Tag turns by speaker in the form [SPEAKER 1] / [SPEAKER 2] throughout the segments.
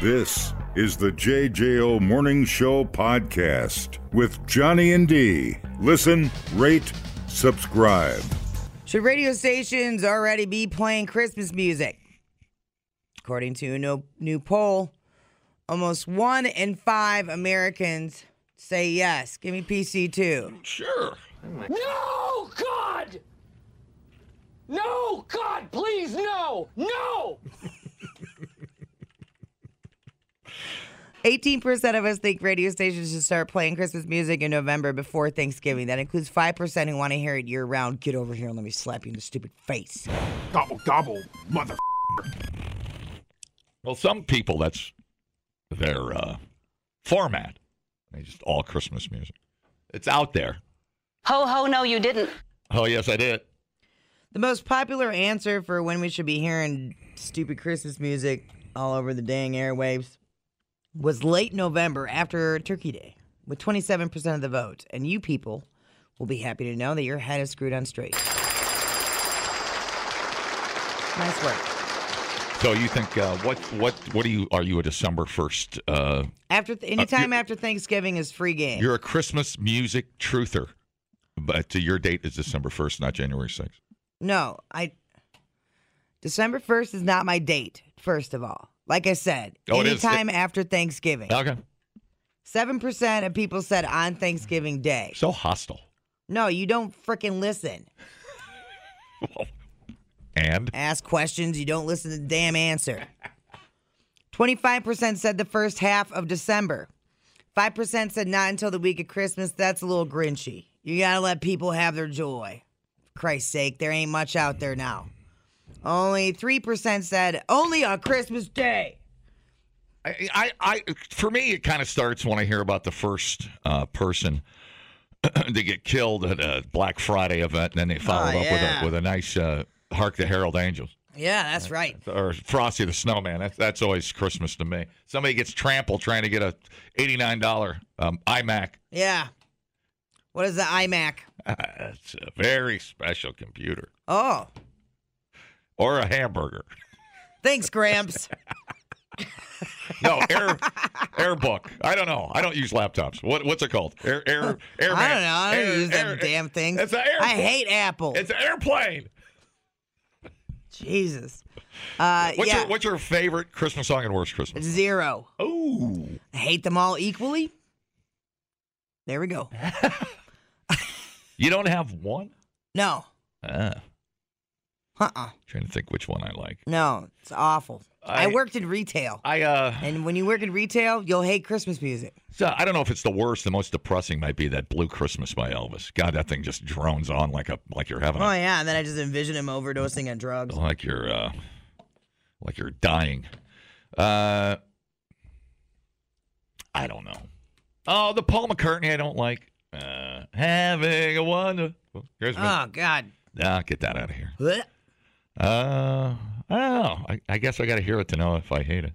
[SPEAKER 1] This is the JJO Morning Show podcast with Johnny and D. Listen, rate, subscribe.
[SPEAKER 2] Should radio stations already be playing Christmas music? According to a no- new poll, almost one in five Americans say yes. Give me PC2.
[SPEAKER 3] Sure.
[SPEAKER 4] No, God! No, God, please, no! No!
[SPEAKER 2] 18% of us think radio stations should start playing Christmas music in November before Thanksgiving. That includes 5% who want to hear it year round. Get over here and let me slap you in the stupid face.
[SPEAKER 3] Gobble gobble, mother. Well, some people that's their uh, format. They just all Christmas music. It's out there.
[SPEAKER 5] Ho ho, no, you didn't.
[SPEAKER 3] Oh yes, I did.
[SPEAKER 2] The most popular answer for when we should be hearing stupid Christmas music all over the dang airwaves was late November after Turkey Day, with 27% of the vote. And you people will be happy to know that your head is screwed on straight. nice work.
[SPEAKER 3] So you think uh, what what what are you are you a December first? Uh,
[SPEAKER 2] After th- anytime after Thanksgiving is free game.
[SPEAKER 3] you're a Christmas music truther, but uh, your date is December first, not January sixth.
[SPEAKER 2] No, I. December 1st is not my date, first of all. Like I said,
[SPEAKER 3] Oh, it is.
[SPEAKER 2] anytime after Thanksgiving.
[SPEAKER 3] Okay,
[SPEAKER 2] 7% of people said on Thanksgiving Day.
[SPEAKER 3] so hostile.
[SPEAKER 2] No, you don't frickin' listen.
[SPEAKER 3] And
[SPEAKER 2] Ask questions, you don't listen to the damn answer. 25% said the first half of December. 5% said not until the week of Christmas. That's a little grinchy. You gotta let people have their joy. For Christ's sake, there ain't much out there now. Only 3% said only on Christmas Day.
[SPEAKER 3] I, I, I, for me, it kind of starts when I hear about the first uh, person to get killed at a Black Friday event, and then they followed up
[SPEAKER 2] Ah, yeah.
[SPEAKER 3] with a, with a nice uh, "Hark the Herald Angels"
[SPEAKER 2] Yeah, that's right.
[SPEAKER 3] or "Frosty the Snowman." That's that's always Christmas to me. Somebody gets trampled trying to get a eighty-nine dollar um, iMac.
[SPEAKER 2] Yeah. What is the iMac?
[SPEAKER 3] That's a very special computer
[SPEAKER 2] Oh,
[SPEAKER 3] or a hamburger.
[SPEAKER 2] thanks, Gramps.
[SPEAKER 3] No, Air AirBook. I don't know. I don't use laptops. What what's it called? Air Air Air.
[SPEAKER 2] I don't know. I don't use them damn things.
[SPEAKER 3] It's an air.
[SPEAKER 2] I hate Apple.
[SPEAKER 3] It's an airplane.
[SPEAKER 2] Jesus. Uh,
[SPEAKER 3] What's
[SPEAKER 2] yeah.
[SPEAKER 3] your What's your favorite Christmas song and worst Christmas?
[SPEAKER 2] Zero.
[SPEAKER 3] Oh,
[SPEAKER 2] I hate them all equally. There we go.
[SPEAKER 3] you don't have one?
[SPEAKER 2] No.
[SPEAKER 3] Ah,
[SPEAKER 2] Uh uh
[SPEAKER 3] trying to think which one I like.
[SPEAKER 2] No. It's awful. I,
[SPEAKER 3] I-
[SPEAKER 2] worked in retail.
[SPEAKER 3] I uh,
[SPEAKER 2] and when you work in retail, you'll hate Christmas music.
[SPEAKER 3] so I don't know if it's the worst. The most depressing might be that Blue Christmas by Elvis. God, that thing just drones on like a like you're having
[SPEAKER 2] Oh,
[SPEAKER 3] a,
[SPEAKER 2] yeah. And then I just envision him overdosing on drugs.
[SPEAKER 3] like you're uh, like you're dying. Uh, I don't know. Oh, the Paul McCartney I don't like. Uh, having a wonderful Christmas.
[SPEAKER 2] Oh, God.
[SPEAKER 3] Nah, get that out of here.
[SPEAKER 2] Blech.
[SPEAKER 3] Uh, I don't know. I, I guess I got to hear it to know if I hate it.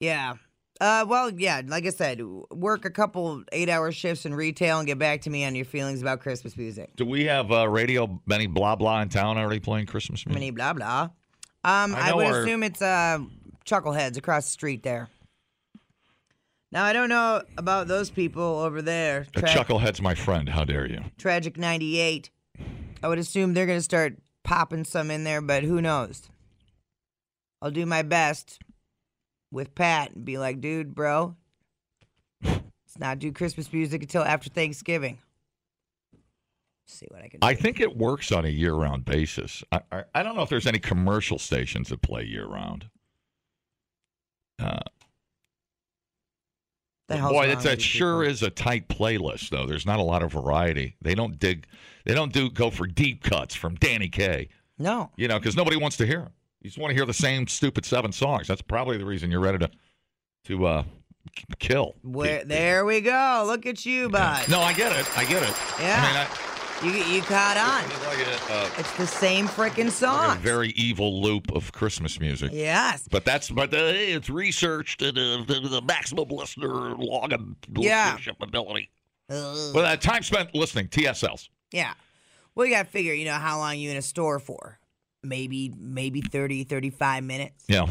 [SPEAKER 2] Yeah. Uh, well, yeah, like I said, work a couple eight hour shifts in retail and get back to me on your feelings about Christmas music.
[SPEAKER 3] Do we have uh, radio many blah blah in town already playing Christmas music?
[SPEAKER 2] Many blah blah. Um,
[SPEAKER 3] Mm. I
[SPEAKER 2] I,
[SPEAKER 3] know
[SPEAKER 2] would
[SPEAKER 3] our-
[SPEAKER 2] assume it's uh, Chuckleheads across the street there. Now I don't know about those people over there.
[SPEAKER 3] A
[SPEAKER 2] Tra-
[SPEAKER 3] Uh, chucklehead's my friend. How dare you?
[SPEAKER 2] Tragic ninety eight. I would assume they're gonna start popping some in there, but who knows? I'll do my best with Pat and be like, dude, bro, let's not do Christmas music until after Thanksgiving. See what I can do.
[SPEAKER 3] I think it works on a year-round basis. I, I, I don't know if there's any commercial stations that play year-round. Uh,
[SPEAKER 2] the hell's
[SPEAKER 3] boy,
[SPEAKER 2] wrong
[SPEAKER 3] that's
[SPEAKER 2] with
[SPEAKER 3] that
[SPEAKER 2] you
[SPEAKER 3] sure
[SPEAKER 2] people?
[SPEAKER 3] is a tight playlist though. There's not a lot of variety. They don't dig. They don't do go for deep cuts from Danny Kaye.
[SPEAKER 2] No.
[SPEAKER 3] You know, because nobody wants to hear them. You just want to hear the same stupid seven songs. That's probably the reason you're ready to to uh, k- kill.
[SPEAKER 2] Where there we go. Look at you, bud.
[SPEAKER 3] No, I get it. I get it.
[SPEAKER 2] Yeah. You you caught
[SPEAKER 3] I mean,
[SPEAKER 2] on.
[SPEAKER 3] I, it's like a, uh,
[SPEAKER 2] It's the same freaking
[SPEAKER 3] like
[SPEAKER 2] song.
[SPEAKER 3] a very evil loop of Christmas music.
[SPEAKER 2] yes.
[SPEAKER 3] But that's but uh, hey, it's researched and uh, the, the maximum listener log and
[SPEAKER 2] Yeah.
[SPEAKER 3] listenership ability.
[SPEAKER 2] Ugh.
[SPEAKER 3] Well, uh, time spent listening TSLs.
[SPEAKER 2] Yeah. Well, you got to figure, you know, how long you in a store for. Maybe maybe 30, 35 minutes.
[SPEAKER 3] Yeah,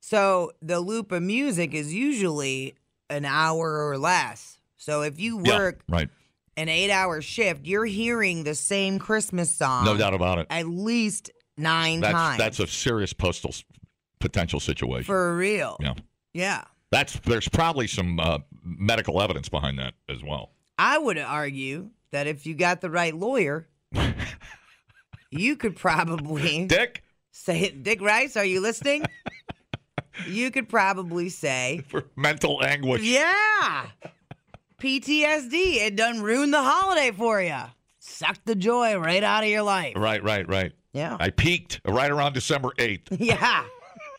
[SPEAKER 2] So the loop of music is usually an hour or less. So if you work
[SPEAKER 3] Yeah, right.
[SPEAKER 2] an eight hour shift, you're hearing the same Christmas song.
[SPEAKER 3] No doubt about it.
[SPEAKER 2] At least nine
[SPEAKER 3] That's
[SPEAKER 2] times.
[SPEAKER 3] that's a serious postal s- potential situation.
[SPEAKER 2] for real.
[SPEAKER 3] yeah.
[SPEAKER 2] Yeah.
[SPEAKER 3] That's there's probably some uh, medical evidence behind that as well.
[SPEAKER 2] I would argue that if you got the right lawyer, you could probably
[SPEAKER 3] Dick,
[SPEAKER 2] say, Dick Rice, are you listening? you could probably say,
[SPEAKER 3] for mental anguish.
[SPEAKER 2] yeah, PTSD. It done ruined the holiday for you. Sucked the joy right out of your life.
[SPEAKER 3] Right, right, right.
[SPEAKER 2] Yeah.
[SPEAKER 3] I peaked right around December 8th.
[SPEAKER 2] yeah.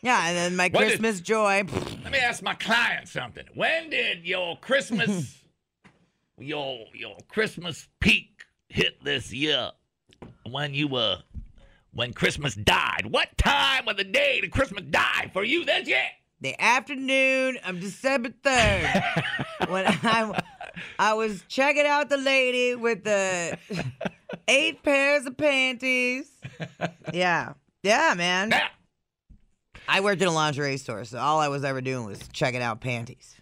[SPEAKER 2] Yeah. And then my
[SPEAKER 3] What did-
[SPEAKER 2] Christmas joy.
[SPEAKER 6] Let me ask my client something. When did your Christmas your your Christmas peak hit this year? When you were when Christmas died. What time of the day did Christmas die for you this year?
[SPEAKER 2] the afternoon of December 3rd when I, I was checking out the lady with the eight pairs of panties. Yeah. Yeah, man.
[SPEAKER 6] Now,
[SPEAKER 2] I worked in a lingerie store, so all I was ever doing was checking out panties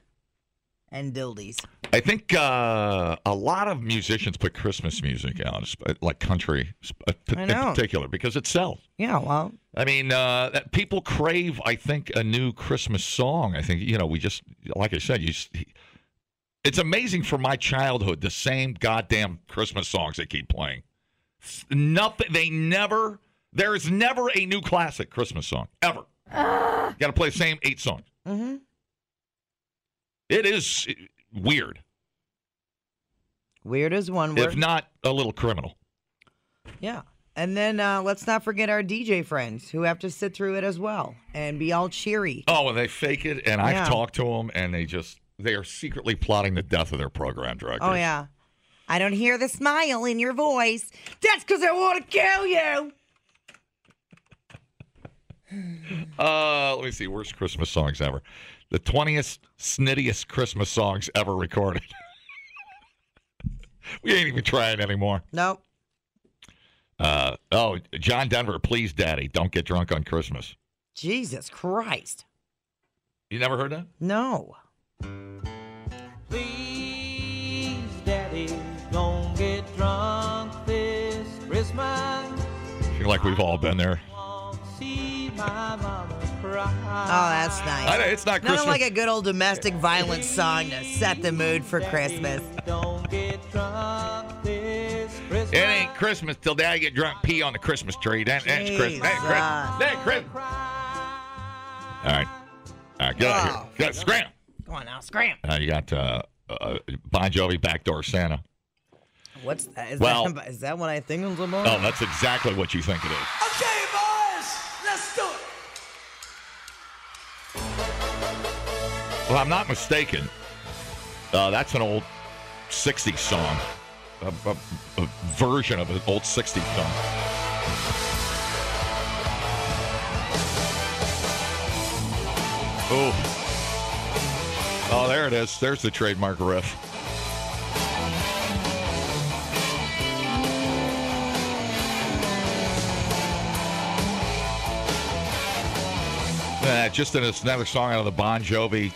[SPEAKER 2] and dildies.
[SPEAKER 3] I think uh, a lot of musicians put Christmas music out, sp- like country sp- uh,
[SPEAKER 2] I
[SPEAKER 3] in
[SPEAKER 2] know.
[SPEAKER 3] particular, because it sells.
[SPEAKER 2] Yeah, well,
[SPEAKER 3] I mean, uh, that- people crave, I think, a new Christmas song. I think, you know, we just, like I said, you. s- It's amazing for my childhood, the same goddamn Christmas songs they keep playing. S- Nothing, they never, there is never a new classic Christmas song, ever. You got to play the same eight songs.
[SPEAKER 2] mhm.
[SPEAKER 3] It is eh, weird,
[SPEAKER 2] weird as one
[SPEAKER 3] if
[SPEAKER 2] word.
[SPEAKER 3] not a little criminal.
[SPEAKER 2] yeah. And then uh, let's not forget our DJ friends who have to sit through it as well and be all cheery.
[SPEAKER 3] Oh, and they fake it, and I've
[SPEAKER 2] Yeah.
[SPEAKER 3] talked to them, and they just, they are secretly plotting the death of their program director.
[SPEAKER 2] Oh yeah. I don't hear the smile in your voice. That's because I want to kill you.
[SPEAKER 3] Uh, let me see. Worst Christmas songs ever. The twentieth snittiest Christmas songs ever recorded. we ain't even trying anymore.
[SPEAKER 2] Nope.
[SPEAKER 3] Uh, oh, John Denver, please, Daddy, don't get drunk on Christmas.
[SPEAKER 2] Jesus Christ.
[SPEAKER 3] You never heard that?
[SPEAKER 2] No.
[SPEAKER 7] Please, Daddy, don't get drunk this Christmas.
[SPEAKER 3] I feel like we've all been there.
[SPEAKER 7] Won't see my mama cry.
[SPEAKER 2] Oh, that's
[SPEAKER 3] I, know,
[SPEAKER 2] nice.
[SPEAKER 3] it's not Christmas.
[SPEAKER 2] Nothing like a good old domestic violence song to set the mood for Christmas.
[SPEAKER 7] Don't get drunk this Christmas.
[SPEAKER 3] it ain't Christmas till Daddy get drunk, pee on the Christmas tree. That, that's Christmas. That ain't Christmas. That ain't Christmas. All right, all right, get out of
[SPEAKER 2] Oh.
[SPEAKER 3] here. Get, scram.
[SPEAKER 2] Go on now, scram.
[SPEAKER 3] Uh, you got uh, uh, Bon Jovi, Backdoor Santa.
[SPEAKER 2] What's that? Is,
[SPEAKER 3] Well-
[SPEAKER 2] that, is that what I think of tomorrow?
[SPEAKER 3] Oh, that's exactly what you think it is.
[SPEAKER 8] Okay, boys, let's do it.
[SPEAKER 3] Well, I'm not mistaken. Uh, that's an old 60s song, a, a- a version of an old 60s song. Oh. Oh, there it is. There's the trademark riff. Uh, just an- another song out of the Bon Jovi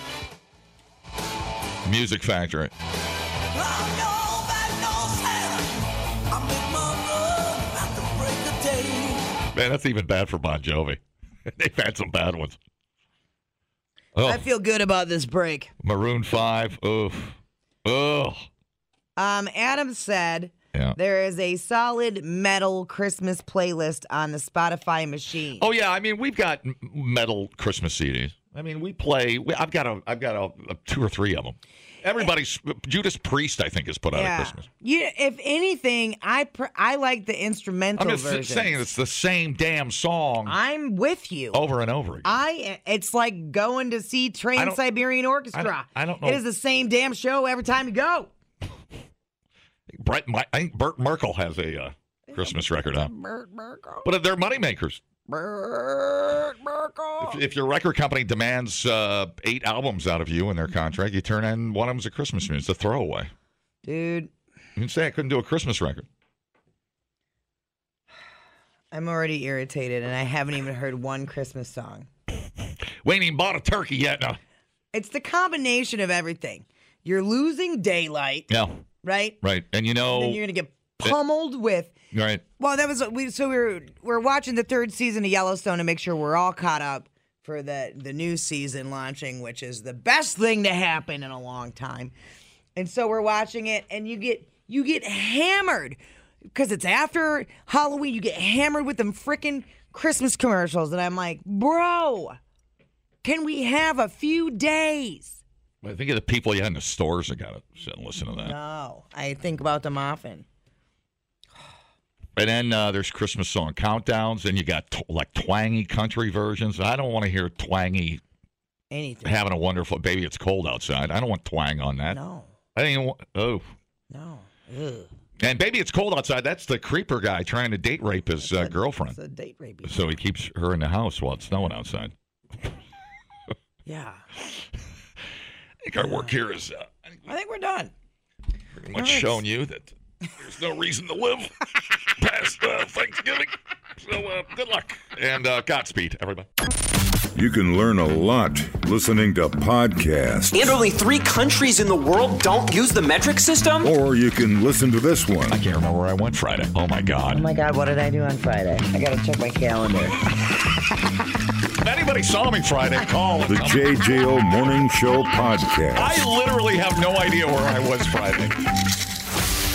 [SPEAKER 3] Music Factory.
[SPEAKER 8] I'm your back door Santa. I'm in my room at the break of day.
[SPEAKER 3] Man, that's even bad for Bon Jovi. They've had some bad ones. Oh,
[SPEAKER 2] I feel good about this break.
[SPEAKER 3] Maroon 5. Oof. Ugh.
[SPEAKER 2] Um, Adam said
[SPEAKER 3] Yeah.
[SPEAKER 2] there is a solid metal Christmas playlist on the Spotify machine.
[SPEAKER 3] Oh yeah, I mean we've got m- metal Christmas CDs. I mean we play. We, I've got a. I've got a, a two or three of them. Everybody's Judas Priest. I think has put out a Christmas.
[SPEAKER 2] You, if anything, I pr- I like the instrumental
[SPEAKER 3] I'm just
[SPEAKER 2] version.
[SPEAKER 3] saying it's the same damn song
[SPEAKER 2] I'm with you.
[SPEAKER 3] over and over again.
[SPEAKER 2] I it's like going to see
[SPEAKER 3] I
[SPEAKER 2] Trans
[SPEAKER 3] don't-
[SPEAKER 2] Siberian Orchestra.
[SPEAKER 3] I don't- I don't know.
[SPEAKER 2] It is the same damn show every time you go.
[SPEAKER 3] Brett, my, I think Burt Merkel has a uh, Christmas record out.
[SPEAKER 2] Bert Merkel.
[SPEAKER 3] But they're moneymakers.
[SPEAKER 2] Bert Merkel.
[SPEAKER 3] If, if your record company demands uh, eight albums out of you in their contract, you turn in one of them's a Christmas music. It's a throwaway.
[SPEAKER 2] Dude,
[SPEAKER 3] You can say I couldn't do a Christmas record.
[SPEAKER 2] I'm already irritated and I haven't even heard one Christmas song.
[SPEAKER 3] We ain't even bought a turkey yet. No.
[SPEAKER 2] It's the combination of everything. You're losing daylight,
[SPEAKER 3] No.
[SPEAKER 2] right?
[SPEAKER 3] Right. And you know,
[SPEAKER 2] Then you're gonna get pummeled with.
[SPEAKER 3] right.
[SPEAKER 2] Well, that was we. So we were we are watching the third season of Yellowstone to make sure we're all caught up for the the new season launching, which is the best thing to happen in a long time. And so we're watching it, and you get you get hammered because it's after Halloween. You get hammered with them freaking Christmas commercials, and I'm like, bro, can we have a few days?
[SPEAKER 3] Well, think of the people you had in the stores that got to sit and listen to that.
[SPEAKER 2] No, I think about them often.
[SPEAKER 3] And then uh, there's Christmas song countdowns, and you got t- like twangy country versions. I don't want to hear twangy
[SPEAKER 2] Anything?
[SPEAKER 3] having a wonderful baby. It's cold outside. I don't want twang on that.
[SPEAKER 2] No,
[SPEAKER 3] I don't even want, oh.
[SPEAKER 2] no. Ugh.
[SPEAKER 3] And baby, it's cold outside. That's the creeper guy trying to date rape his uh, girlfriend.
[SPEAKER 2] It's a date rape.
[SPEAKER 3] So he keeps her in the house while it's snowing outside.
[SPEAKER 2] Yeah.
[SPEAKER 3] I think our work here is uh,
[SPEAKER 2] I think we're done.
[SPEAKER 3] pretty much showing you that there's no reason to live past uh, Thanksgiving. So uh, good luck and uh, Godspeed, everybody.
[SPEAKER 1] You can learn a lot listening to podcasts,
[SPEAKER 9] And only three countries in the world don't use the metric system?
[SPEAKER 1] or you can listen to this one.
[SPEAKER 3] I can't remember where I went Friday. Oh my God!
[SPEAKER 2] my God, what did I do on Friday? I got to check my calendar.
[SPEAKER 3] If anybody saw me Friday, call.
[SPEAKER 1] The JJO Morning Show Podcast.
[SPEAKER 3] I literally have no idea where I was Friday.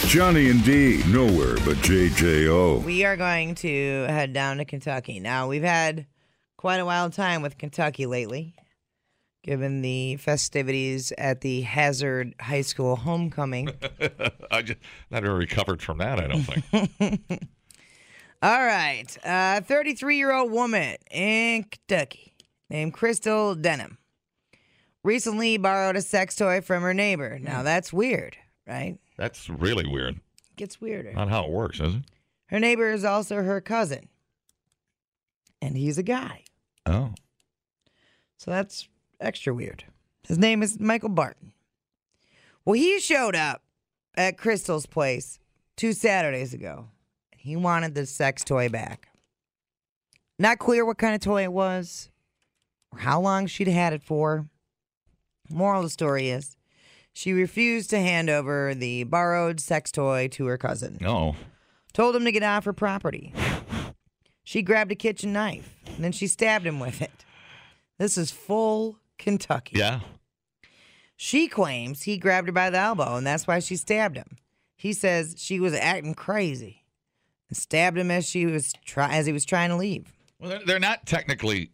[SPEAKER 1] Johnny and D, nowhere but JJO.
[SPEAKER 2] We are going to head down to Kentucky. Now, we've had quite a wild time with Kentucky lately, given the festivities at the Hazard High School homecoming.
[SPEAKER 3] I just not even recovered from that. I don't think.
[SPEAKER 2] All right. A 33 year old woman in Kentucky named Crystal Denham recently borrowed a sex toy from her neighbor. Now, that's weird, right?
[SPEAKER 3] That's really weird.
[SPEAKER 2] Gets weirder.
[SPEAKER 3] Not how it works, is it?
[SPEAKER 2] Her neighbor is also her cousin, and he's a guy.
[SPEAKER 3] Oh,
[SPEAKER 2] So that's extra weird. His name is Michael Barton. Well, he showed up at Crystal's place two Saturdays ago, and he wanted the sex toy back. Not clear what kind of toy it was or how long she'd had it for. Moral of the story is she refused to hand over the borrowed sex toy to her cousin
[SPEAKER 3] no.
[SPEAKER 2] told him to get off her property. She grabbed a kitchen knife and then she stabbed him with it. This is full Kentucky.
[SPEAKER 3] Yeah.
[SPEAKER 2] She claims he grabbed her by the elbow and that's why she stabbed him. He says she was acting crazy and stabbed him as she was try- as he was trying to leave.
[SPEAKER 3] Well, they're, they're not technically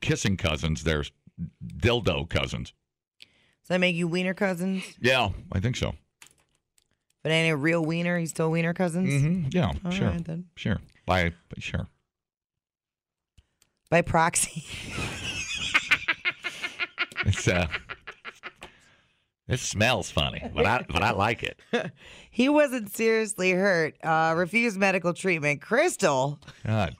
[SPEAKER 3] kissing cousins. They're dildo cousins.
[SPEAKER 2] Does that make you wiener cousins?
[SPEAKER 3] Yeah, I think so.
[SPEAKER 2] But ain't a real wiener, he's still wiener cousins
[SPEAKER 3] hmm Yeah,
[SPEAKER 2] All
[SPEAKER 3] sure,
[SPEAKER 2] right, then.
[SPEAKER 3] sure. By sure.
[SPEAKER 2] by proxy.
[SPEAKER 3] It's uh, it smells funny, but I but I like it.
[SPEAKER 2] he wasn't seriously hurt. Uh, refused medical treatment. Crystal,
[SPEAKER 3] God.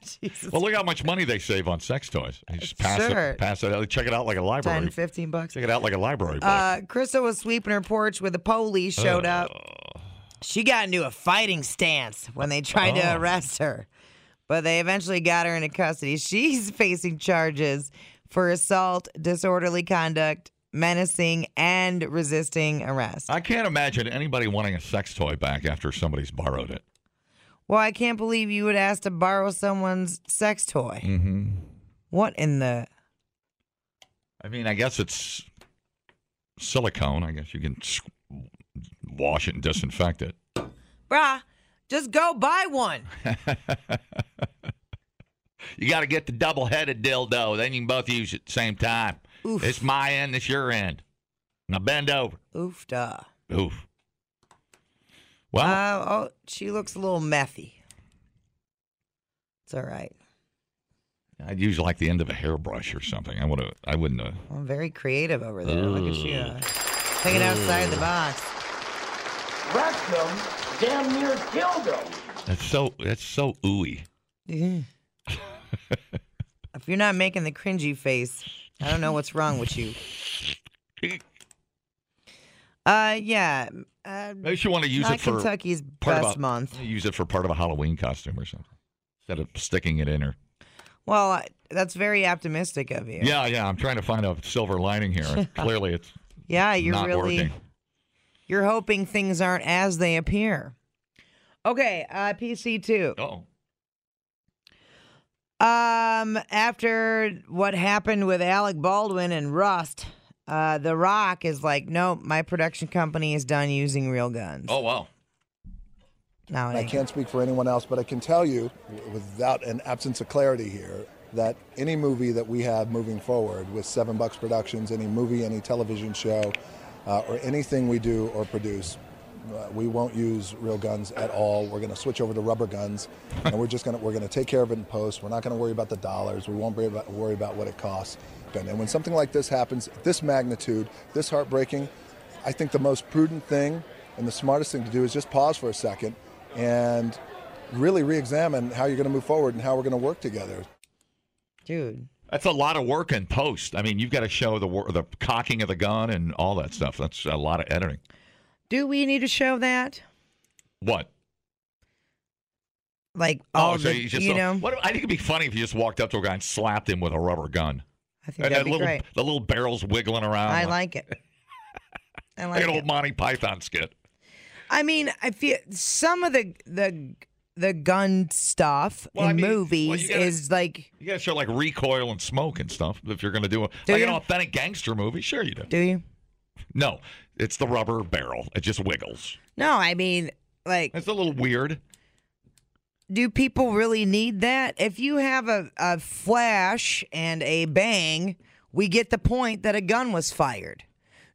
[SPEAKER 3] Well, look how much money they save on sex toys. You just pass
[SPEAKER 2] Sure.
[SPEAKER 3] it, pass it. out. Check it out like a
[SPEAKER 2] 10,
[SPEAKER 3] library.
[SPEAKER 2] 15 bucks.
[SPEAKER 3] Check it out like a library book.
[SPEAKER 2] Uh, Crystal was sweeping her porch when the police showed up. She got into a fighting stance when they tried to
[SPEAKER 3] Oh.
[SPEAKER 2] arrest her, but they eventually got her into custody. She's facing charges for assault, disorderly conduct, menacing, and resisting arrest.
[SPEAKER 3] I can't imagine anybody wanting a sex toy back after somebody's borrowed it.
[SPEAKER 2] Well, I can't believe you would ask to borrow someone's sex toy. Mm-hmm. What in the?
[SPEAKER 3] I mean, I guess it's silicone. I guess you can s- wash it and disinfect it.
[SPEAKER 2] Bruh, just go buy one.
[SPEAKER 3] You got to get the double headed dildo. Then you can both use it at the same time.
[SPEAKER 2] Oof.
[SPEAKER 3] It's my end, it's your end. Now bend over.
[SPEAKER 2] Oof, duh.
[SPEAKER 3] Oof. Well,
[SPEAKER 2] Uh, oh, she looks a little methy. It's all right.
[SPEAKER 3] I'd use like the end of a hairbrush or something. I would have. I wouldn't have.
[SPEAKER 2] I'm very creative over there. Look at you. Thinking outside the box.
[SPEAKER 4] Wrecked them, damn near killed them.
[SPEAKER 3] That's so. That's so ooey.
[SPEAKER 2] if you're not making the cringy face, I don't know what's wrong with you. Uh, yeah. Uh,
[SPEAKER 3] Makes you want to use
[SPEAKER 2] not
[SPEAKER 3] it for
[SPEAKER 2] Kentucky's
[SPEAKER 3] part
[SPEAKER 2] best
[SPEAKER 3] of a,
[SPEAKER 2] month.
[SPEAKER 3] Use it for part of a Halloween costume or something instead of sticking it in her.
[SPEAKER 2] Well, I- that's very optimistic of you.
[SPEAKER 3] Yeah, yeah. I'm trying to find a silver lining here. Clearly, it's
[SPEAKER 2] Yeah, you're
[SPEAKER 3] not
[SPEAKER 2] really
[SPEAKER 3] working.
[SPEAKER 2] you're hoping things aren't as they appear. Okay, uh, PC two.
[SPEAKER 3] Oh,
[SPEAKER 2] Um, after what happened with Alec Baldwin and Rust, uh, The Rock is like, no, my production company is done using real guns.
[SPEAKER 3] oh, wow.
[SPEAKER 2] Now
[SPEAKER 10] I can't speak for anyone else, but I can tell you, w- without an absence of clarity here, that any movie that we have moving forward with Seven Bucks Productions, any movie, any television show, uh, or anything we do or produce, uh, we won't use real guns at all. We're going to switch over to rubber guns, and we're just going to we're going to take care of it in post. We're not going to worry about the dollars. We won't worry about, worry about what it costs. And when something like this happens, this magnitude, this heartbreaking, I think the most prudent thing and the smartest thing to do is just pause for a second and really re-examine how you're going to move forward and how we're going to work together.
[SPEAKER 2] dude,
[SPEAKER 3] That's a lot of work in post. I mean, you've got to show the wor- the cocking of the gun and all that stuff. That's a lot of editing.
[SPEAKER 2] do we need to show that?
[SPEAKER 3] What?
[SPEAKER 2] Like all
[SPEAKER 3] Oh, so
[SPEAKER 2] Oh, the,
[SPEAKER 3] you just
[SPEAKER 2] you
[SPEAKER 3] saw-
[SPEAKER 2] know,
[SPEAKER 3] What, I think it'd be funny if you just walked up to a guy and slapped him with a rubber gun.
[SPEAKER 2] I think
[SPEAKER 3] And
[SPEAKER 2] that'd
[SPEAKER 3] that
[SPEAKER 2] be
[SPEAKER 3] little,
[SPEAKER 2] great.
[SPEAKER 3] the little barrels wiggling around.
[SPEAKER 2] I like it. I
[SPEAKER 3] like
[SPEAKER 2] like
[SPEAKER 3] an
[SPEAKER 2] it.
[SPEAKER 3] old Monty Python skit.
[SPEAKER 2] I mean, I feel some of the the the gun stuff
[SPEAKER 3] Well,
[SPEAKER 2] in
[SPEAKER 3] I mean, well, you
[SPEAKER 2] movies
[SPEAKER 3] gotta-
[SPEAKER 2] is like,
[SPEAKER 3] You got to show like recoil and smoke and stuff if you're going to do a,
[SPEAKER 2] Do
[SPEAKER 3] like an
[SPEAKER 2] you?
[SPEAKER 3] authentic gangster movie. Sure, you do.
[SPEAKER 2] do you?
[SPEAKER 3] No, it's the rubber barrel. It just wiggles.
[SPEAKER 2] No, I mean, like,
[SPEAKER 3] It's a little weird.
[SPEAKER 2] do people really need that? If you have a, a flash and a bang, we get the point that a gun was fired.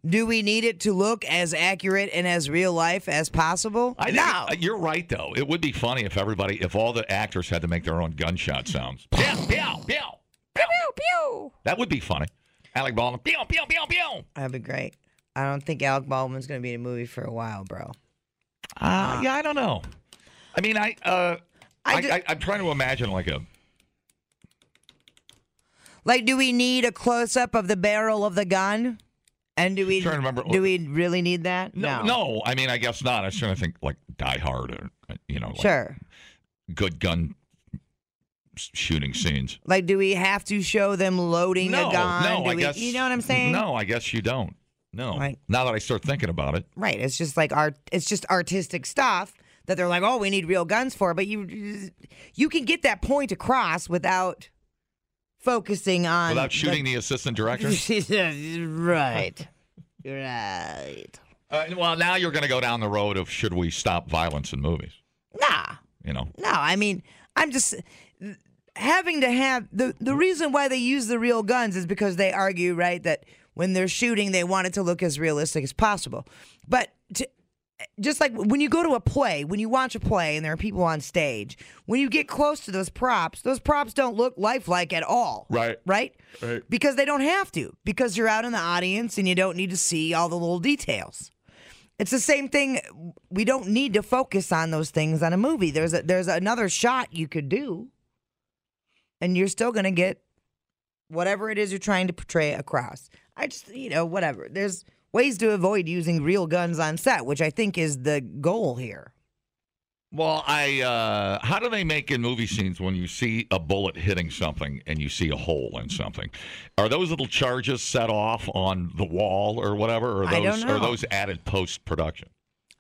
[SPEAKER 2] Do we need it to look as accurate and as real life as possible?
[SPEAKER 3] I think
[SPEAKER 2] no.
[SPEAKER 3] uh, you're right though. It would be funny if everybody, if all the actors had to make their own gunshot sounds. pew, pew, pew, pew, pew. That would be funny. Alec Baldwin. Pew, pew, pew, pew.
[SPEAKER 2] That'd be great. I don't think Alec Baldwin's going to be in a movie for a while, bro.
[SPEAKER 3] Uh, yeah, I don't know. I mean, I, uh, I,
[SPEAKER 2] I
[SPEAKER 3] I,
[SPEAKER 2] ju-
[SPEAKER 3] I, am trying to imagine like a.
[SPEAKER 2] Like, do we need a close up of the barrel of the gun? And do we
[SPEAKER 3] Trying to remember-
[SPEAKER 2] do we really need that? No.
[SPEAKER 3] no. I mean, I guess not. I was trying to think like Die Hard or you know, like
[SPEAKER 2] Sure.
[SPEAKER 3] good gun s- shooting scenes.
[SPEAKER 2] Like, do we have to show them loading
[SPEAKER 3] No,
[SPEAKER 2] a gun?
[SPEAKER 3] no,
[SPEAKER 2] do
[SPEAKER 3] I
[SPEAKER 2] we,
[SPEAKER 3] guess
[SPEAKER 2] you know what I'm saying?
[SPEAKER 3] No, I guess you don't. No.
[SPEAKER 2] Right.
[SPEAKER 3] Now that I start thinking about it,
[SPEAKER 2] Right. It's just like art. It's just artistic stuff that they're like, oh, we need real guns for. But you, you can get that point across without focusing on
[SPEAKER 3] without shooting the assistant director.
[SPEAKER 2] the- right. Right.
[SPEAKER 3] Uh, well, now you're going to go down the road of should we stop violence in movies?
[SPEAKER 2] Nah.
[SPEAKER 3] You know,
[SPEAKER 2] No, I mean, I'm just having to have the the reason why they use the real guns is because they argue right that when they're shooting they want it to look as realistic as possible. But to, just like when you go to a play, when you watch a play and there are people on stage, when you get close to those props, those props don't look lifelike at all.
[SPEAKER 3] Right.
[SPEAKER 2] Right?
[SPEAKER 3] Right.
[SPEAKER 2] Because they don't have to because you're out in the audience and you don't need to see all the little details. It's the same thing. We don't need to focus on those things on a movie. There's a, there's another shot you could do, and you're still gonna get whatever it is you're trying to portray across. I just you know whatever. There's ways to avoid using real guns on set, which I think is the goal here.
[SPEAKER 3] well, I uh, how do they make in movie scenes when you see a bullet hitting something and you see a hole in something? Are those little charges set off on the wall or whatever? Or are those
[SPEAKER 2] I don't
[SPEAKER 3] are
[SPEAKER 2] know.
[SPEAKER 3] those added post production?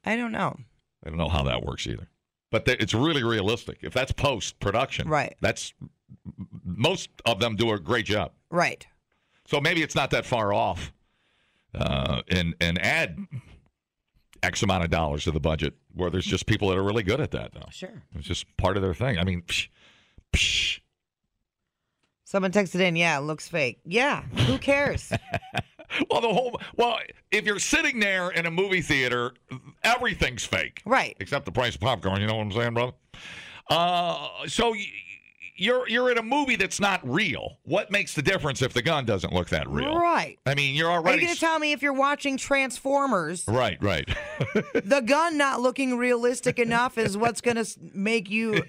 [SPEAKER 2] I don't know.
[SPEAKER 3] I don't know how that works either. But th- it's really realistic. If that's post production,
[SPEAKER 2] Right.
[SPEAKER 3] That's most of them do a great job.
[SPEAKER 2] Right.
[SPEAKER 3] So maybe it's not that far off, uh, and and add x amount of dollars to the budget where there's just people that are really good at that now.
[SPEAKER 2] Sure.
[SPEAKER 3] It's just part of their thing. I mean, psh, psh.
[SPEAKER 2] Someone texted in. Yeah, it looks fake. Yeah. Who cares?
[SPEAKER 3] well, the whole well, if you're sitting there in a movie theater, everything's fake,
[SPEAKER 2] right.
[SPEAKER 3] except the price of popcorn. You know what I'm saying, brother? Uh, so. Y- you're you're in a movie that's not real. What makes the difference if the gun doesn't look that real?
[SPEAKER 2] Right.
[SPEAKER 3] I mean, you're
[SPEAKER 2] Are you
[SPEAKER 3] already
[SPEAKER 2] gonna tell me if you're watching Transformers?
[SPEAKER 3] right, right.
[SPEAKER 2] the gun not looking realistic enough is what's going to make you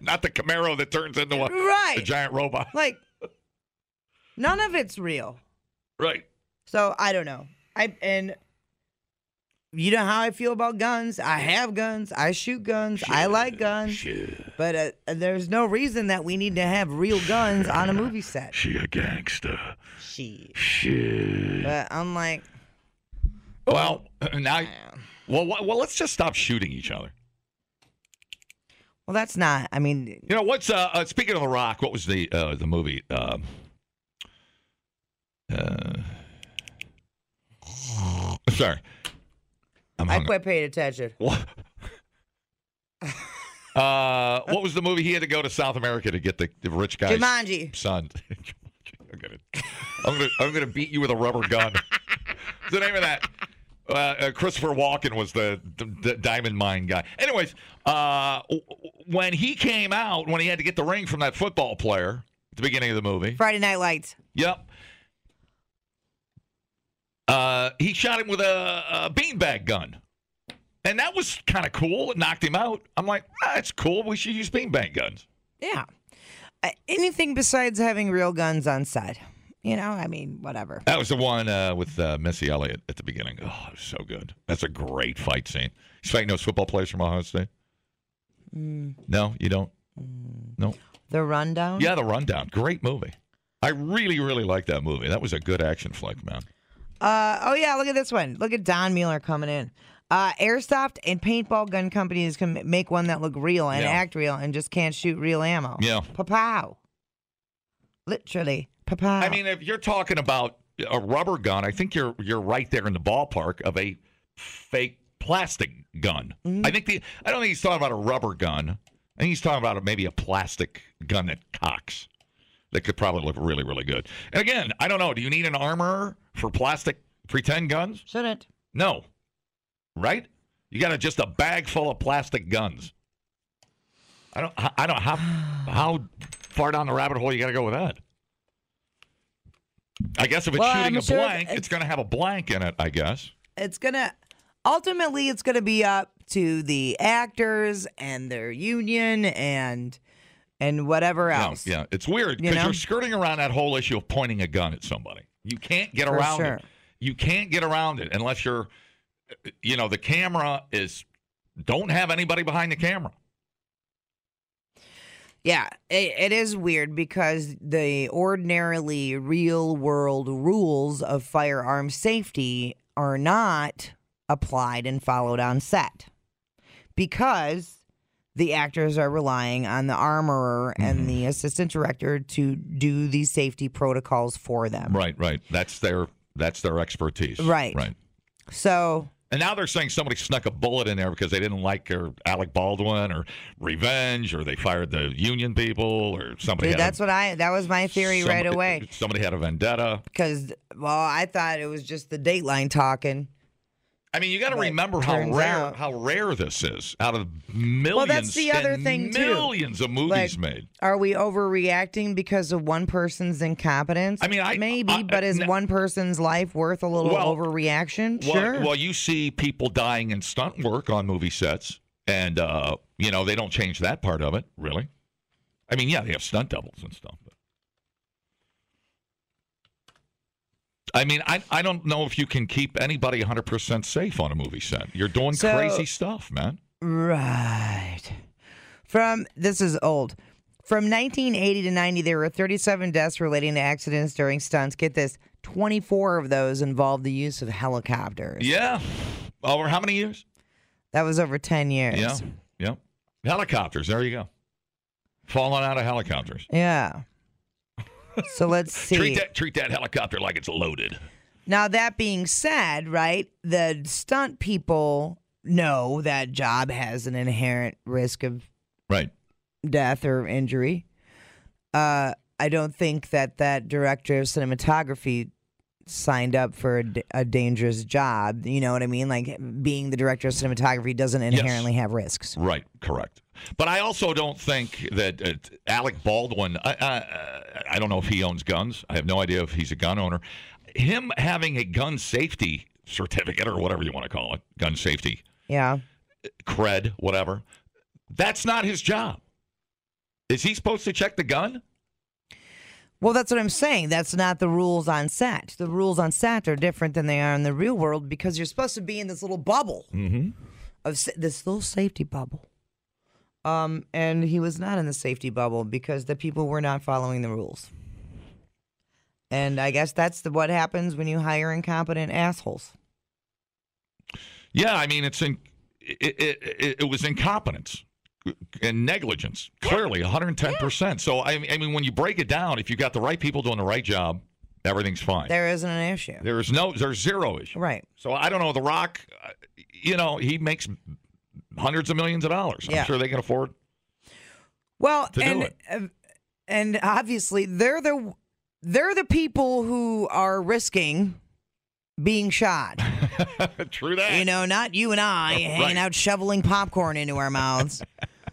[SPEAKER 3] not the Camaro that turns into a,
[SPEAKER 2] Right.
[SPEAKER 3] a giant robot.
[SPEAKER 2] like none of it's real.
[SPEAKER 3] Right.
[SPEAKER 2] So I don't know. I and you know how I feel about guns. I have guns. I shoot guns. I like guns. But uh, there's no reason that we need to have real guns on a movie set.
[SPEAKER 3] She a gangster.
[SPEAKER 2] She.
[SPEAKER 3] She.
[SPEAKER 2] But I'm like,
[SPEAKER 3] Well, now, well, wh- well, let's just stop shooting each other.
[SPEAKER 2] well, that's not. I mean,
[SPEAKER 3] You know what's uh, uh speaking of the Rock? What was the uh, the movie? Um uh, sorry, I'm
[SPEAKER 2] I
[SPEAKER 3] hung-
[SPEAKER 2] quit paying attention.
[SPEAKER 3] What? Uh, what was the movie? He had to go to South America to get the, the rich guy's
[SPEAKER 2] Jumanji.
[SPEAKER 3] son. I'm gonna, I'm gonna, I'm gonna beat you with a rubber gun. What's the name of that? Uh, uh, Christopher Walken was the, the, the diamond mine guy. Anyways, uh, w- w- when he came out, when he had to get the ring from that football player at the beginning of the movie,
[SPEAKER 2] Friday Night Lights.
[SPEAKER 3] Yep. Uh, he shot him with a, a beanbag gun. And that was kind of cool. It knocked him out. I'm like, ah, that's cool. We should use beanbag guns.
[SPEAKER 2] Yeah. Uh, anything besides having real guns on set. You know, I mean, whatever.
[SPEAKER 3] That was the one uh, with uh, Missy Elliott at the beginning. Oh, it was so good. That's a great fight scene. He's fighting those football players from Ohio State. No, you don't. No.
[SPEAKER 2] The rundown.
[SPEAKER 3] Yeah, The Rundown. Great movie. I really, really like that movie. That was a good action flick, man.
[SPEAKER 2] Uh, oh yeah, look at this one. Look at Don Mueller coming in. Uh, Airsoft and paintball gun companies can make one that look real and
[SPEAKER 3] Yeah.
[SPEAKER 2] act real and just can't shoot real ammo.
[SPEAKER 3] Yeah.
[SPEAKER 2] Papow. Literally, papow.
[SPEAKER 3] I mean, if you're talking about a rubber gun, I think you're you're right there in the ballpark of a fake plastic gun. I think the I don't think he's talking about a rubber gun. I think he's talking about a, maybe a plastic gun that cocks. That could probably look really, really good. And again, I don't know. Do you need an armor for plastic pretend guns?
[SPEAKER 2] shouldn't.
[SPEAKER 3] No, right? You got a, just a bag full of plastic guns. I don't. I I don't. How how far down the rabbit hole you got to go with that? I guess if it's
[SPEAKER 2] Well,
[SPEAKER 3] shooting
[SPEAKER 2] I'm
[SPEAKER 3] a
[SPEAKER 2] sure
[SPEAKER 3] blank,
[SPEAKER 2] it's-
[SPEAKER 3] it's going to have a blank in it. I guess.
[SPEAKER 2] It's gonna. Ultimately, it's gonna be up to the actors and their union and and whatever
[SPEAKER 3] No,
[SPEAKER 2] else.
[SPEAKER 3] yeah, it's weird
[SPEAKER 2] You
[SPEAKER 3] because
[SPEAKER 2] know?
[SPEAKER 3] you are skirting around that whole issue of pointing a gun at somebody. You can't get
[SPEAKER 2] For
[SPEAKER 3] around
[SPEAKER 2] sure.
[SPEAKER 3] it. You can't get around it unless you're, you know, the camera is. Don't have anybody behind the camera.
[SPEAKER 2] Yeah, it, it is weird because the ordinarily real world rules of firearm safety are not applied and followed on set because the actors are relying on the armorer and the assistant director to do the safety protocols for them.
[SPEAKER 3] Right, right. That's their that's their expertise.
[SPEAKER 2] Right.
[SPEAKER 3] Right.
[SPEAKER 2] So,
[SPEAKER 3] And now they're saying somebody snuck a bullet in there because they didn't like her Alec Baldwin or revenge or they fired the union people or somebody.
[SPEAKER 2] dude,
[SPEAKER 3] had a-
[SPEAKER 2] that's what I that was my theory right
[SPEAKER 3] somebody-
[SPEAKER 2] away.
[SPEAKER 3] Somebody had a vendetta.
[SPEAKER 2] Because, well, I thought it was just the Dateline talking.
[SPEAKER 3] I mean, you got to
[SPEAKER 2] But
[SPEAKER 3] remember how
[SPEAKER 2] turns
[SPEAKER 3] rare
[SPEAKER 2] out-
[SPEAKER 3] how rare this is out of millions.
[SPEAKER 2] the other
[SPEAKER 3] and
[SPEAKER 2] thing, too.
[SPEAKER 3] Millions of
[SPEAKER 2] Like-
[SPEAKER 3] movies made.
[SPEAKER 2] Are we overreacting because of one person's incompetence?
[SPEAKER 3] I mean, I-
[SPEAKER 2] maybe,
[SPEAKER 3] I-
[SPEAKER 2] but is
[SPEAKER 3] n-
[SPEAKER 2] one person's life worth a little
[SPEAKER 3] Well,
[SPEAKER 2] overreaction?
[SPEAKER 3] Well,
[SPEAKER 2] sure.
[SPEAKER 3] well, you see people dying in stunt work on movie sets, and uh, you know they don't change that part of it, really. I mean, yeah, they have stunt doubles and stuff. But... I mean, I I don't know if you can keep anybody 100 percent safe on a movie set. You're doing
[SPEAKER 2] So-
[SPEAKER 3] crazy stuff, man.
[SPEAKER 2] right. From this is old. From 1980 to 90, there were 37 deaths relating to accidents during stunts. Get this, 24 of those involved the use of helicopters.
[SPEAKER 3] Yeah. Over how many years?
[SPEAKER 2] That was over 10 years.
[SPEAKER 3] Yeah. Yeah. Helicopters. There you go. Falling out of helicopters.
[SPEAKER 2] Yeah. so let's see.
[SPEAKER 3] Treat that treat that helicopter like it's loaded.
[SPEAKER 2] Now, that being said, right, the stunt people know that job has an inherent risk of
[SPEAKER 3] Right.
[SPEAKER 2] death or injury. Uh, I don't think that that director of cinematography signed up for a, d- a dangerous job. You know what I mean? Like being the director of cinematography doesn't inherently have risks.
[SPEAKER 3] Right, correct. But I also don't think that uh, Alec Baldwin. I, I, I don't know if he owns guns. I have no idea if he's a gun owner. Him having a gun safety certificate or whatever you want to call it, gun safety
[SPEAKER 2] Yeah.
[SPEAKER 3] cred, whatever. That's not his job. Is he supposed to check the gun?
[SPEAKER 2] Well, that's what I'm saying. That's not the rules on set. The rules on set are different than they are in the real world because you're supposed to be in this little bubble
[SPEAKER 3] Mm-hmm.
[SPEAKER 2] of sa- this little safety bubble. Um, and he was not in the safety bubble because the people were not following the rules. And I guess that's the, what happens when you hire incompetent assholes.
[SPEAKER 3] Yeah, I mean, it's in, it, it, it, it was incompetence and negligence, clearly 110%. So, I mean, I mean, when you break it down, if you've got the right people doing the right job, everything's fine.
[SPEAKER 2] There isn't an issue.
[SPEAKER 3] there is no, there's zero issue.
[SPEAKER 2] Right.
[SPEAKER 3] So, I don't know. The Rock, uh, you know, he makes hundreds of millions of dollars.
[SPEAKER 2] Yeah.
[SPEAKER 3] I'm sure they can afford.
[SPEAKER 2] Well,
[SPEAKER 3] to do
[SPEAKER 2] and
[SPEAKER 3] it.
[SPEAKER 2] uh, and obviously they're the they're the people who are risking being shot.
[SPEAKER 3] True that.
[SPEAKER 2] You know, not you and I
[SPEAKER 3] Oh, Right.
[SPEAKER 2] hanging out shoveling popcorn into our mouths.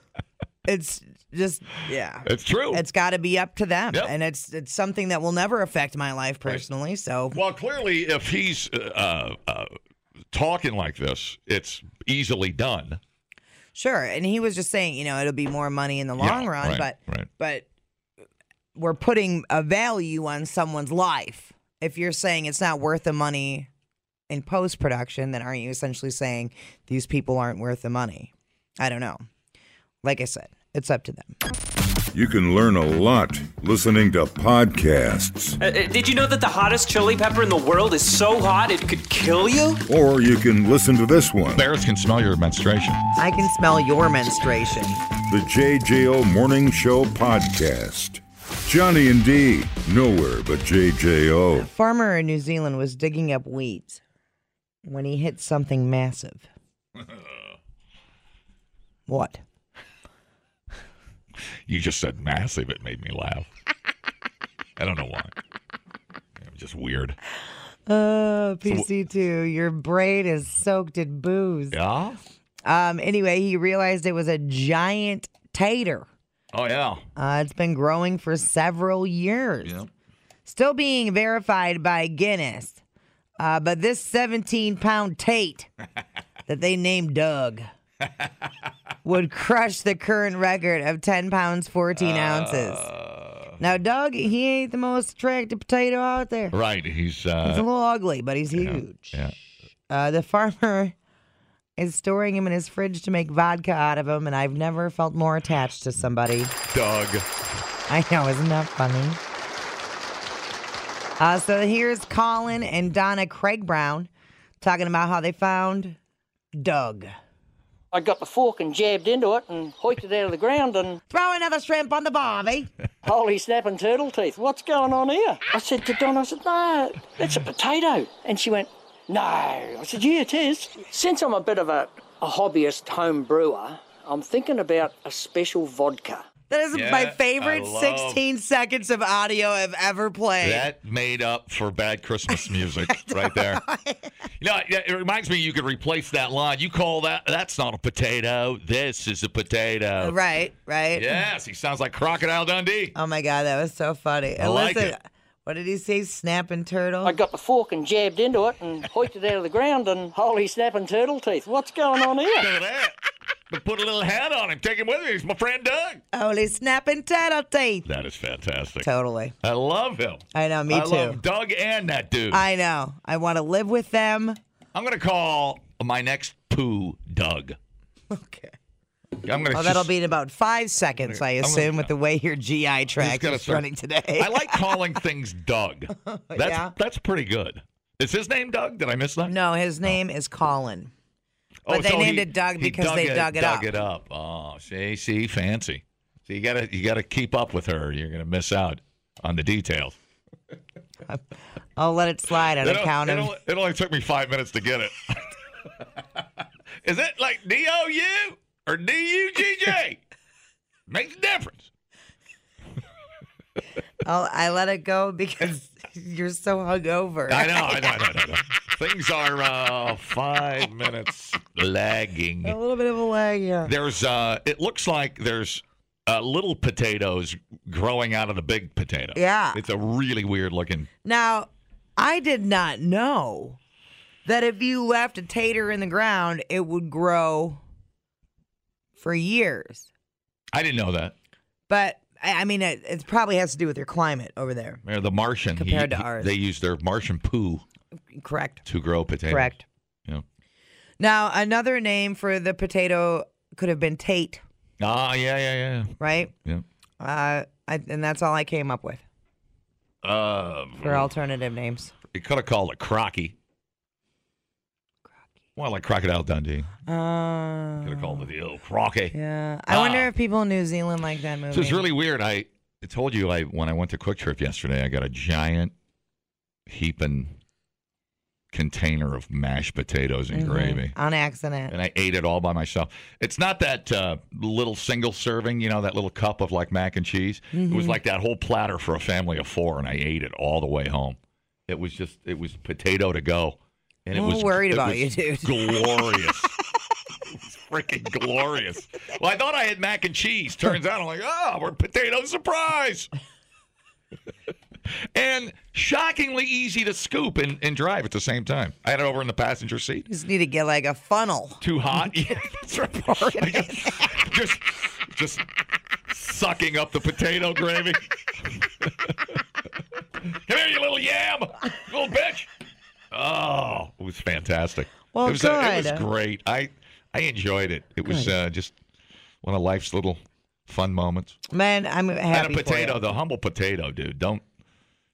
[SPEAKER 2] it's just yeah.
[SPEAKER 3] it's true.
[SPEAKER 2] It's got to be up to them,
[SPEAKER 3] Oh. Yep.
[SPEAKER 2] and it's it's something that will never affect my life personally. So
[SPEAKER 3] Well, clearly, if he's uh, uh, talking like this, it's easily done.
[SPEAKER 2] sure, and he was just saying, you know, it'll be more money in the long
[SPEAKER 3] Yeah,
[SPEAKER 2] run,
[SPEAKER 3] right,
[SPEAKER 2] but
[SPEAKER 3] right.
[SPEAKER 2] but we're putting a value on someone's life. If you're saying it's not worth the money in post production, then aren't you essentially saying these people aren't worth the money? I don't know. Like I said, it's up to them.
[SPEAKER 1] You can learn a lot listening to podcasts,
[SPEAKER 9] Uh, uh, did you know that the hottest chili pepper in the world is so hot it could kill you?
[SPEAKER 1] or you can listen to this one.
[SPEAKER 3] Bears can smell your menstruation.
[SPEAKER 2] I can smell your menstruation.
[SPEAKER 1] The JJO Morning Show Podcast. Johnny and D, nowhere but JJO.
[SPEAKER 2] Farmer in New Zealand was digging up weeds when he hit something massive. What?
[SPEAKER 3] You just said massive. It made me laugh. I don't know why. It was just weird.
[SPEAKER 2] Uh, PC2, your brain is soaked in booze.
[SPEAKER 3] Yeah.
[SPEAKER 2] Um, anyway, he realized it was a giant tater.
[SPEAKER 3] Oh yeah.
[SPEAKER 2] Uh, it's been growing for several years. Still being verified by Guinness. Uh, but this 17 pound Tate that they named Doug would crush the current record of 10 pounds, 14 ounces.
[SPEAKER 3] Uh.
[SPEAKER 2] Now, Doug, he ain't the most attractive potato out there.
[SPEAKER 3] Right. He's.
[SPEAKER 2] He's a
[SPEAKER 3] Uh,
[SPEAKER 2] little ugly, but he's huge.
[SPEAKER 3] yeah.
[SPEAKER 2] Uh, the farmer is storing him in his fridge to make vodka out of him, and I've never felt more attached to somebody.
[SPEAKER 3] Doug.
[SPEAKER 2] I know, isn't that funny? Uh, so here's Colin and Donna Craig Brown talking about how they found Doug.
[SPEAKER 4] I got the fork and jabbed into it and hoiked it out of the ground and
[SPEAKER 2] Throw another shrimp on the barbie.
[SPEAKER 4] holy snapping turtle teeth. What's going on here? I said to Don, I said, no, that's a potato. And she went, no. I said, yeah, it is. Since I'm a bit of a, a hobbyist home brewer, I'm thinking about a special vodka.
[SPEAKER 2] That is
[SPEAKER 3] Yeah,
[SPEAKER 2] my
[SPEAKER 3] I
[SPEAKER 2] favorite
[SPEAKER 3] love-
[SPEAKER 2] 16 seconds of audio I've ever played.
[SPEAKER 3] That made up for bad Christmas music right there. You know, it it reminds me you could replace that line. You call that that's not a potato. This is a potato.
[SPEAKER 2] right, right.
[SPEAKER 3] Yes, he sounds like Crocodile Dundee.
[SPEAKER 2] Oh my god, that was so funny.
[SPEAKER 3] I
[SPEAKER 2] And
[SPEAKER 3] like
[SPEAKER 2] listen,
[SPEAKER 3] it.
[SPEAKER 2] What did he say? Snapping turtle.
[SPEAKER 4] I got the fork and jabbed into it and hoiked it out of the ground and holy snapping turtle teeth. What's going on here?
[SPEAKER 3] Look at that. But put a little hat on him. Take him with you. He's my friend Doug.
[SPEAKER 2] Holy snapping turtle teeth.
[SPEAKER 3] That is fantastic.
[SPEAKER 2] Totally.
[SPEAKER 3] I love him.
[SPEAKER 2] I know, me
[SPEAKER 3] I
[SPEAKER 2] too.
[SPEAKER 3] love Doug and that dude. I,
[SPEAKER 2] I know. I want to live with them.
[SPEAKER 3] am going to call my next poo Doug.
[SPEAKER 2] Okay.
[SPEAKER 3] I'm going to
[SPEAKER 2] Well, Oh, that'll be in about five seconds, I
[SPEAKER 3] gonna-
[SPEAKER 2] assume, with the way your GI tract
[SPEAKER 3] gotta
[SPEAKER 2] is
[SPEAKER 3] start-
[SPEAKER 2] running today.
[SPEAKER 3] I like calling things Doug. That's
[SPEAKER 2] Yeah.
[SPEAKER 3] that's pretty good. Is his name Doug? Did I miss that?
[SPEAKER 2] no, his name is Colin.
[SPEAKER 3] Oh,
[SPEAKER 2] But they named it Doug
[SPEAKER 3] he
[SPEAKER 2] because they dug it up.
[SPEAKER 3] Dug it up. Oh, see, see, fancy. So you gotta you gotta keep up with her. You're gonna miss out on the details.
[SPEAKER 2] I'll let it slide on
[SPEAKER 3] It o-
[SPEAKER 2] account
[SPEAKER 3] it
[SPEAKER 2] of.
[SPEAKER 3] only- it only took me five minutes to get it. Is it like D O U or D U G J? Makes a difference.
[SPEAKER 2] I'll, I let it go because you're so hungover.
[SPEAKER 3] I know, I know, I know, I know. Things are uh, five minutes lagging.
[SPEAKER 2] A little bit of a lag, yeah.
[SPEAKER 3] There's uh it looks like there's uh, little potatoes growing out of the big potato.
[SPEAKER 2] Yeah.
[SPEAKER 3] It's a really weird looking
[SPEAKER 2] Now, I did not know that if you left a tater in the ground, it would grow for years.
[SPEAKER 3] I didn't know that.
[SPEAKER 2] But I I mean, it, it probably has to do with your climate over there.
[SPEAKER 3] Mayor, the Martian. he-
[SPEAKER 2] Compared to
[SPEAKER 3] he-
[SPEAKER 2] ours.
[SPEAKER 3] They use their Martian poo
[SPEAKER 2] Correct.
[SPEAKER 3] to grow potatoes.
[SPEAKER 2] Correct.
[SPEAKER 3] Yeah.
[SPEAKER 2] Now, another name for the potato could have been Tate,
[SPEAKER 3] Ah, yeah, yeah,
[SPEAKER 2] right?
[SPEAKER 3] yeah.
[SPEAKER 2] Uh, I, and that's all I came up with
[SPEAKER 3] Yeah. Uh,
[SPEAKER 2] for alternative names.
[SPEAKER 3] you could have called it crocky. Crocky. Well, like crocodile Dundee.
[SPEAKER 2] Uh,
[SPEAKER 3] Could have called it the old crocky.
[SPEAKER 2] yeah. I
[SPEAKER 3] Ah.
[SPEAKER 2] wonder if people in New Zealand like that movie.
[SPEAKER 3] So it's really weird. I I told you I when I went to Quick Trip yesterday, I got a giant heaping container of mashed potatoes and
[SPEAKER 2] Mhm.
[SPEAKER 3] gravy.
[SPEAKER 2] on accident.
[SPEAKER 3] And I ate it all by myself. It's not that uh, little single serving, you know, that little cup of like mac and cheese. It was
[SPEAKER 2] Mhm.
[SPEAKER 3] like that whole platter for a family of four, and I ate it all the way home. It was just, it was potato to go, and
[SPEAKER 2] I'm
[SPEAKER 3] it was
[SPEAKER 2] worried
[SPEAKER 3] it
[SPEAKER 2] about
[SPEAKER 3] was
[SPEAKER 2] you, dude.
[SPEAKER 3] Glorious, It was freaking glorious. Well, I thought I had mac and cheese. Turns out I'm like, oh, we're potato surprise. and shockingly easy to scoop and, and drive at the same time. I had it over in the passenger seat
[SPEAKER 2] Just need to get like a funnel.
[SPEAKER 3] too hot. Yeah, that's right. I just, just, just sucking up the potato gravy. Come here, you little yam, you little bitch. Oh, it was fantastic.
[SPEAKER 2] Well,
[SPEAKER 3] it was, uh, it was
[SPEAKER 2] good.
[SPEAKER 3] great. I, I enjoyed it. It was uh, just one of life's little fun moments.
[SPEAKER 2] Man, I'm
[SPEAKER 3] And
[SPEAKER 2] happy.
[SPEAKER 3] a potato,
[SPEAKER 2] For
[SPEAKER 3] the humble potato, dude. Don't.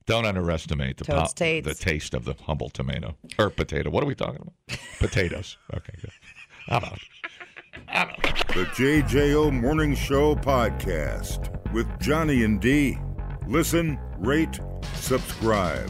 [SPEAKER 3] Don't underestimate the
[SPEAKER 2] Totes tates.
[SPEAKER 3] the taste of the humble tomato or potato. What are we talking about? Potatoes. Okay, good. I'm out. I'm out.
[SPEAKER 1] The JJO Morning Show Podcast with Johnny and D. Listen, rate, subscribe.